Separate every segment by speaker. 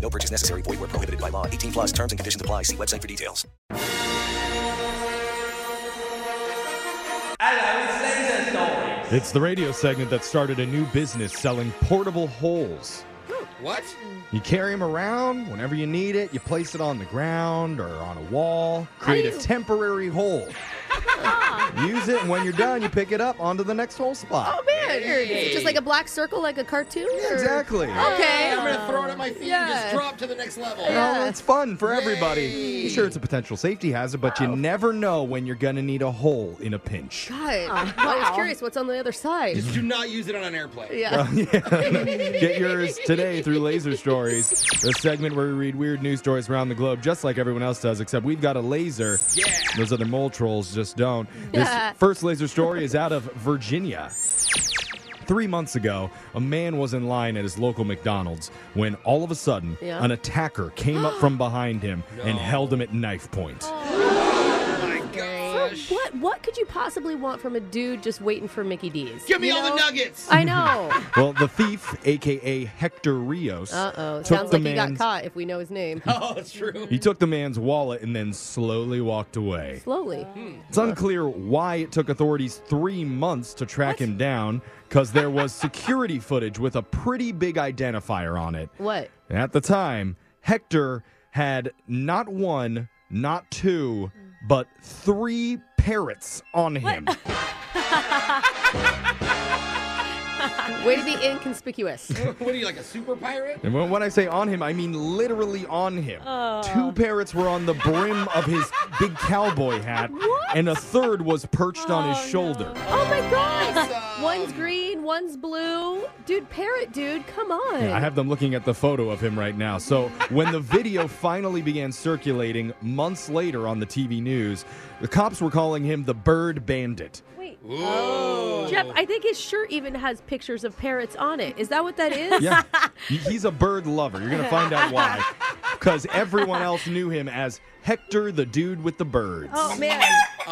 Speaker 1: No purchase necessary. Void where prohibited by law. 18 plus terms and conditions apply. See website for details.
Speaker 2: It's the radio segment that started a new business selling portable holes.
Speaker 3: What?
Speaker 2: You carry them around whenever you need it. You place it on the ground or on a wall. Create a temporary hole. Use it, and when you're done, you pick it up onto the next hole spot.
Speaker 4: man, it's just like a black circle, like a cartoon. or-
Speaker 2: exactly.
Speaker 4: Okay.
Speaker 3: I'm gonna throw it at my feet and
Speaker 4: Yeah.
Speaker 3: just drop to the next level.
Speaker 2: You know, it's fun for everybody. Sure, it's a potential safety hazard, but you never know when you're going to need a hole in a pinch.
Speaker 4: God. I was curious what's on the other side.
Speaker 3: Just do not use it on an airplane.
Speaker 4: Yeah.
Speaker 2: Get yours today through Laser Stories, the segment where we read weird news stories around the globe, just like everyone else does, except we've got a laser.
Speaker 3: Yeah.
Speaker 2: Those other mole trolls just don't. This first laser story is out of Virginia. Three months ago, a man was in line at his local McDonald's when all of a sudden
Speaker 4: Yeah.
Speaker 2: an attacker came up from behind him and held him at knife point.
Speaker 4: Oh. So what what could you possibly want from a dude just waiting for Mickey D's?
Speaker 3: Give me
Speaker 4: You
Speaker 3: all the
Speaker 4: know?
Speaker 3: nuggets.
Speaker 4: I know.
Speaker 2: Well, the thief, aka Hector Rios,
Speaker 4: Uh oh.
Speaker 2: took
Speaker 4: Sounds
Speaker 2: the
Speaker 4: like he got
Speaker 2: man's-
Speaker 4: caught if we know his name.
Speaker 3: Oh, that's true.
Speaker 2: He took the man's wallet and then slowly walked away.
Speaker 4: Slowly.
Speaker 2: It's unclear why it took authorities three months to track him down because there was security footage with a pretty big identifier on it.
Speaker 4: What?
Speaker 2: At the time, Hector had not one, not two, but three parrots on him.
Speaker 4: Way to be inconspicuous.
Speaker 3: what are you like a super pirate?
Speaker 2: And when, when I say on him, I mean literally on him. Two parrots were on the brim of his big cowboy hat, and a third was perched on his shoulder.
Speaker 4: Oh my god! One's green, one's blue. Dude, parrot dude, come on.
Speaker 2: I have them looking at the photo of him right now. So when the video finally began circulating months later on the TV news, the cops were calling him the Bird Bandit.
Speaker 4: Wait.
Speaker 3: Oh.
Speaker 4: Jeff, I think his shirt even has pictures of parrots on it. Is that what that is?
Speaker 2: Yeah, he- he's a bird lover. You're gonna find out why, because everyone else knew him as Hector, the dude with the birds.
Speaker 4: Oh man.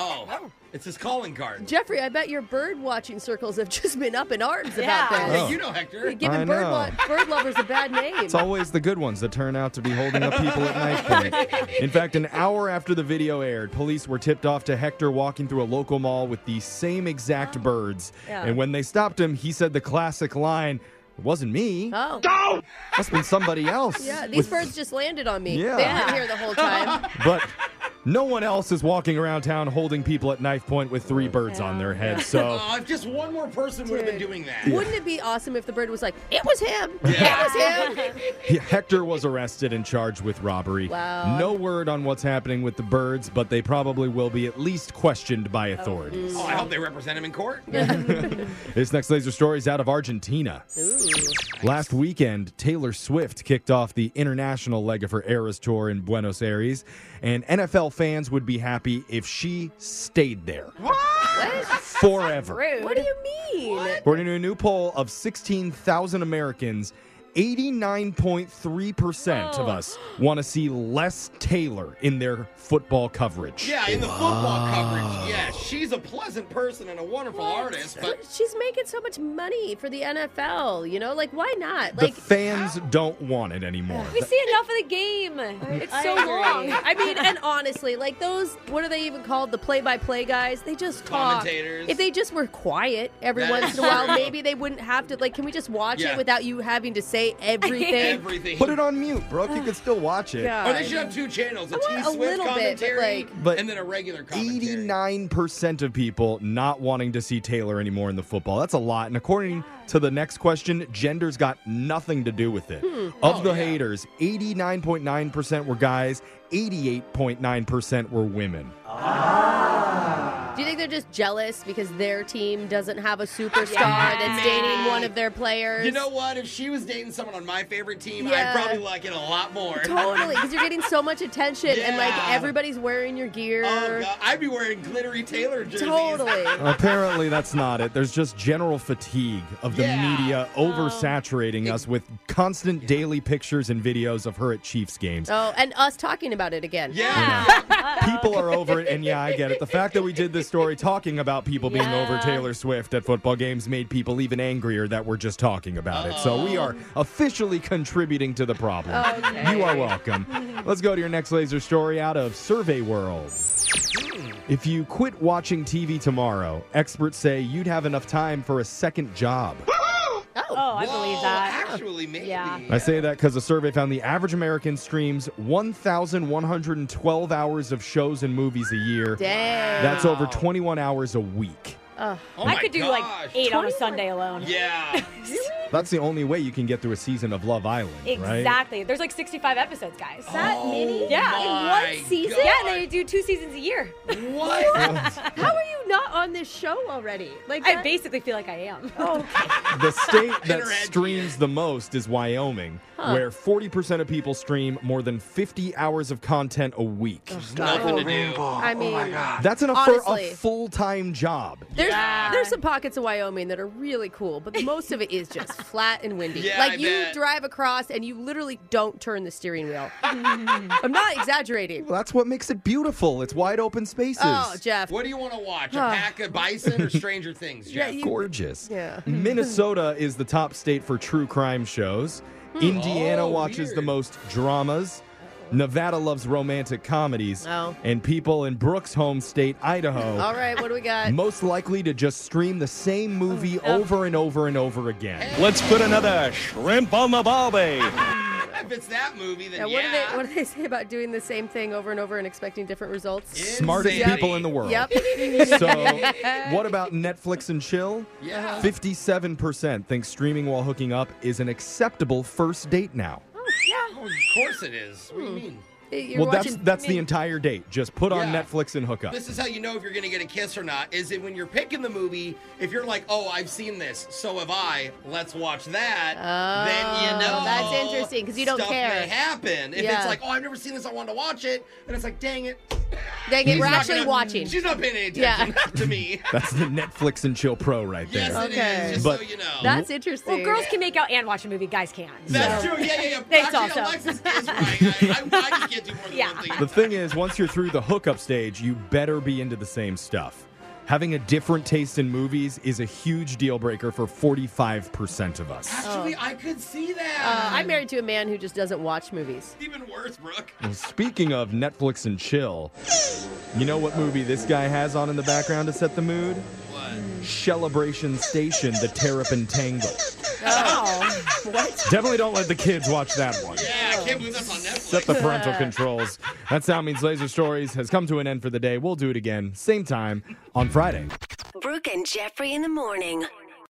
Speaker 3: Oh, it's his calling card.
Speaker 4: Jeffrey, I bet your bird watching circles have just been up in arms about
Speaker 5: Yeah.
Speaker 4: this.
Speaker 3: Hey, you know Hector.
Speaker 4: Giving
Speaker 2: Oh. I
Speaker 4: bird,
Speaker 2: know.
Speaker 4: lo- bird lovers a bad name.
Speaker 2: It's always the good ones that turn out to be holding up people at knife point. In fact, an hour after the video aired, police were tipped off to Hector walking through a local mall with the same exact birds.
Speaker 4: Yeah.
Speaker 2: And when they stopped him, he said the classic line, "It wasn't me.
Speaker 4: oh.
Speaker 2: Must have been somebody else."
Speaker 4: Yeah, these
Speaker 2: With-
Speaker 4: birds just landed on me.
Speaker 2: Yeah.
Speaker 4: They've been here the whole time.
Speaker 2: But No one else is walking around town holding people at knife point with three birds on their head. So
Speaker 3: Oh, if just one more person would have been doing that.
Speaker 4: Wouldn't it be awesome if the bird was like, it was him? It was him.
Speaker 2: he- Hector was arrested and charged with robbery.
Speaker 4: Wow.
Speaker 2: No word on what's happening with the birds, but they probably will be at least questioned by authorities.
Speaker 3: Oh, I hope they represent him in court.
Speaker 2: This next laser story is out of Argentina. Last weekend, Taylor Swift kicked off the international leg of her Eras tour in Buenos Aires, and NFL fans would be happy if she stayed there. Forever.
Speaker 4: what do you mean?
Speaker 2: According to a new poll of 16,000 Americans, 89.3% of us want to see less Taylor in their football coverage.
Speaker 3: Yeah, in the football coverage. Yeah, she's a pleasant person and a wonderful artist, but
Speaker 4: She's making so much money for the NFL, you know? Like, why not?
Speaker 2: The
Speaker 4: Like,
Speaker 2: fans don't want it anymore.
Speaker 6: We see enough of the game. It's so long.
Speaker 4: I mean, and honestly, like those, what are they even called? The play-by-play guys? They just talk.
Speaker 3: Commentators.
Speaker 4: If they just were quiet every
Speaker 3: That
Speaker 4: once
Speaker 3: is
Speaker 4: in a while,
Speaker 3: true.
Speaker 4: maybe they wouldn't have to. Like, can we just watch
Speaker 3: Yeah.
Speaker 4: it without you having to say everything?
Speaker 3: everything.
Speaker 2: Put it on mute, Brooke. You can still watch it.
Speaker 3: Or they should have two channels: a
Speaker 4: I want a
Speaker 3: T-Swift
Speaker 4: little bit, but,
Speaker 3: commentary,
Speaker 4: like-
Speaker 2: But
Speaker 3: and then a regular commentary.
Speaker 2: 89% of people not wanting to see Taylor anymore in the football. That's a lot. And according to the next question, gender's got nothing to do with it. Of
Speaker 3: Oh,
Speaker 2: the
Speaker 3: yeah.
Speaker 2: haters, 89.9% were guys, 88.9% were women.
Speaker 4: Do you think they're just jealous because their team doesn't have a superstar
Speaker 6: Yeah.
Speaker 4: that's dating one of their players?
Speaker 3: You know what? If she was dating someone on my favorite team,
Speaker 4: Yeah.
Speaker 3: I'd probably like it a lot more.
Speaker 4: Totally, because you're getting so much attention, and like
Speaker 3: Yeah.
Speaker 4: everybody's wearing your gear.
Speaker 3: Oh, God. I'd be wearing glittery Taylor jerseys.
Speaker 4: totally.
Speaker 2: Apparently, that's not it. There's just general fatigue of the
Speaker 3: Yeah. Um,
Speaker 2: media oversaturating us with constant daily pictures and videos of her at Chiefs games.
Speaker 4: oh, and us talking about it again.
Speaker 3: Yeah.
Speaker 2: People are over it, and yeah, I get it. The fact that we did this story talking about people being over Taylor Swift at football games made people even angrier that we're just talking about it. So we are officially contributing to the problem. You are welcome. Let's go to your next laser story out of Survey World. If you quit watching TV tomorrow, experts say you'd have enough time for a second job.
Speaker 6: Oh, I believe
Speaker 3: Whoa,
Speaker 6: that.
Speaker 3: Actually, maybe.
Speaker 6: Yeah.
Speaker 2: I say that because a survey found the average American streams 1,112 hours of shows and movies a year.
Speaker 4: Dang.
Speaker 2: That's over 21 hours a week.
Speaker 3: Oh
Speaker 6: I
Speaker 3: my
Speaker 6: could do
Speaker 3: gosh.
Speaker 6: like eight on a Sunday alone.
Speaker 3: Yeah.
Speaker 2: That's the only way you can get through a season of Love Island, right?
Speaker 6: Exactly. There's like 65 episodes, guys.
Speaker 4: Oh.
Speaker 3: That many?
Speaker 6: Yeah.
Speaker 3: Oh my
Speaker 6: in one season?
Speaker 3: God.
Speaker 6: Yeah, they do two seasons a year.
Speaker 3: What?
Speaker 4: How are you not on this show already? Like
Speaker 6: I
Speaker 4: that-
Speaker 6: basically feel like I am.
Speaker 2: The state that
Speaker 3: Internet.
Speaker 2: streams the most is Wyoming, where 40% of people stream more than 50 hours of content a week.
Speaker 3: Nothing to do.
Speaker 4: I mean,
Speaker 2: That's enough
Speaker 4: Honestly.
Speaker 2: for a full time job.
Speaker 4: there's there's some pockets of Wyoming that are really cool, but most of it is just flat and windy.
Speaker 3: Yeah,
Speaker 4: like
Speaker 3: I
Speaker 4: you
Speaker 3: bet.
Speaker 4: drive across and you literally don't turn the steering wheel. I'm not exaggerating.
Speaker 2: Well, that's what makes it beautiful. It's wide open spaces.
Speaker 4: Oh, Jeff.
Speaker 3: What do you want to watch? A pack of bison or Stranger Things, Jeff?
Speaker 2: Gorgeous.
Speaker 4: Yeah.
Speaker 2: Minnesota is the top state for true crime shows.
Speaker 4: Hmm.
Speaker 2: Indiana
Speaker 3: Oh,
Speaker 2: watches the
Speaker 3: weird.
Speaker 2: most dramas. Nevada loves romantic comedies.
Speaker 4: Oh.
Speaker 2: And people in Brooks' home state, Idaho,
Speaker 4: All right, Oh, what do we got?
Speaker 2: most likely to just stream the same movie over and over and over again.
Speaker 7: Let's put another shrimp on the barbie.
Speaker 3: If it's that movie,
Speaker 4: Yeah,
Speaker 3: then
Speaker 4: what, do
Speaker 3: yeah.
Speaker 4: they, what do they say about doing the same thing over and over and expecting different results?
Speaker 3: Yeah.
Speaker 2: Smartest
Speaker 3: Insanity.
Speaker 2: people in the world.
Speaker 4: Yep.
Speaker 2: So, what about Netflix and chill?
Speaker 3: Yeah.
Speaker 2: 57% think streaming while hooking up is an acceptable first date now.
Speaker 3: Oh, of course it is.
Speaker 6: Hmm.
Speaker 3: What do you mean?
Speaker 4: You're
Speaker 2: well, that's
Speaker 4: watching-
Speaker 2: that's the entire date. Just put on
Speaker 3: Yeah.
Speaker 2: Netflix and hook up.
Speaker 3: This is how you know if you're going to get a kiss or not. Is it when you're picking the movie? If you're like, oh, I've seen this, so have I. Let's watch that.
Speaker 6: Oh,
Speaker 3: then you know.
Speaker 4: that's interesting, 'cause you don't
Speaker 3: stuff
Speaker 4: care.
Speaker 3: May happen. If
Speaker 4: Yeah.
Speaker 3: it's like, oh, I've never seen this, I want to watch it, and it's like, dang it,
Speaker 4: Dang it,
Speaker 3: she's
Speaker 4: we're
Speaker 3: not
Speaker 4: actually
Speaker 3: gonna-
Speaker 4: watching.
Speaker 3: She's not paying any
Speaker 4: Yeah.
Speaker 3: attention to me.
Speaker 2: That's the Netflix and chill pro right there.
Speaker 3: yes,
Speaker 4: Okay.
Speaker 3: it is. Just
Speaker 2: But-
Speaker 3: so you know.
Speaker 4: That's interesting.
Speaker 6: Well, girls can make out and watch a movie, guys can't.
Speaker 3: That's true. Yeah, yeah, yeah.
Speaker 6: Thanks
Speaker 3: Actually,
Speaker 6: also.
Speaker 3: Alexis is right. I, I, I just can't do more than
Speaker 6: Yeah.
Speaker 3: one thing.
Speaker 2: The thing is, once you're through the hookup stage, you better be into the same stuff. Having a different taste in movies is a huge deal breaker for 45% of us.
Speaker 3: Actually, I could see
Speaker 4: Uh,
Speaker 3: that.
Speaker 4: I'm married to a man who just doesn't watch movies.
Speaker 3: Even worse, Brooke.
Speaker 2: Well, Speaking of Netflix and chill, you know what movie this guy has on in the background to set the mood?
Speaker 3: What?
Speaker 2: Celebration Station, The Terrapin Tango. Definitely don't let the kids watch that one.
Speaker 3: Yeah,
Speaker 8: can't believe that's on Netflix.
Speaker 2: Set the parental controls. That sound means Laser Stories has come to an end for the day. We'll do it again, same time on Friday.
Speaker 9: Brooke and Jeffrey in the morning.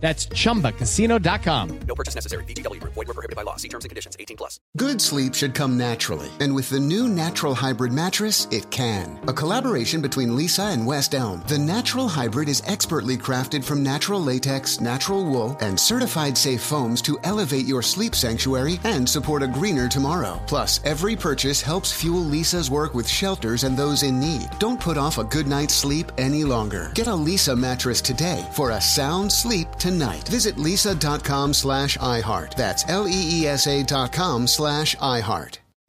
Speaker 1: That's chumbacasino.com.
Speaker 10: No purchase necessary. VGW Group. Void were prohibited by law. See terms and conditions. 18 plus.
Speaker 3: Good sleep should come naturally, and with the new Natural Hybrid mattress, it can. A collaboration between Lisa and West Elm, the Natural Hybrid is expertly crafted from natural latex, natural wool, and certified safe foams to elevate your sleep sanctuary and support a greener tomorrow. Plus, every purchase helps fuel Lisa's work with shelters and those in need. Don't put off a good night's sleep any longer. Get a Lisa mattress today for a sound sleep tonight. Visit lisa.com slash iHeart. That's L E E S A dot com slash iHeart.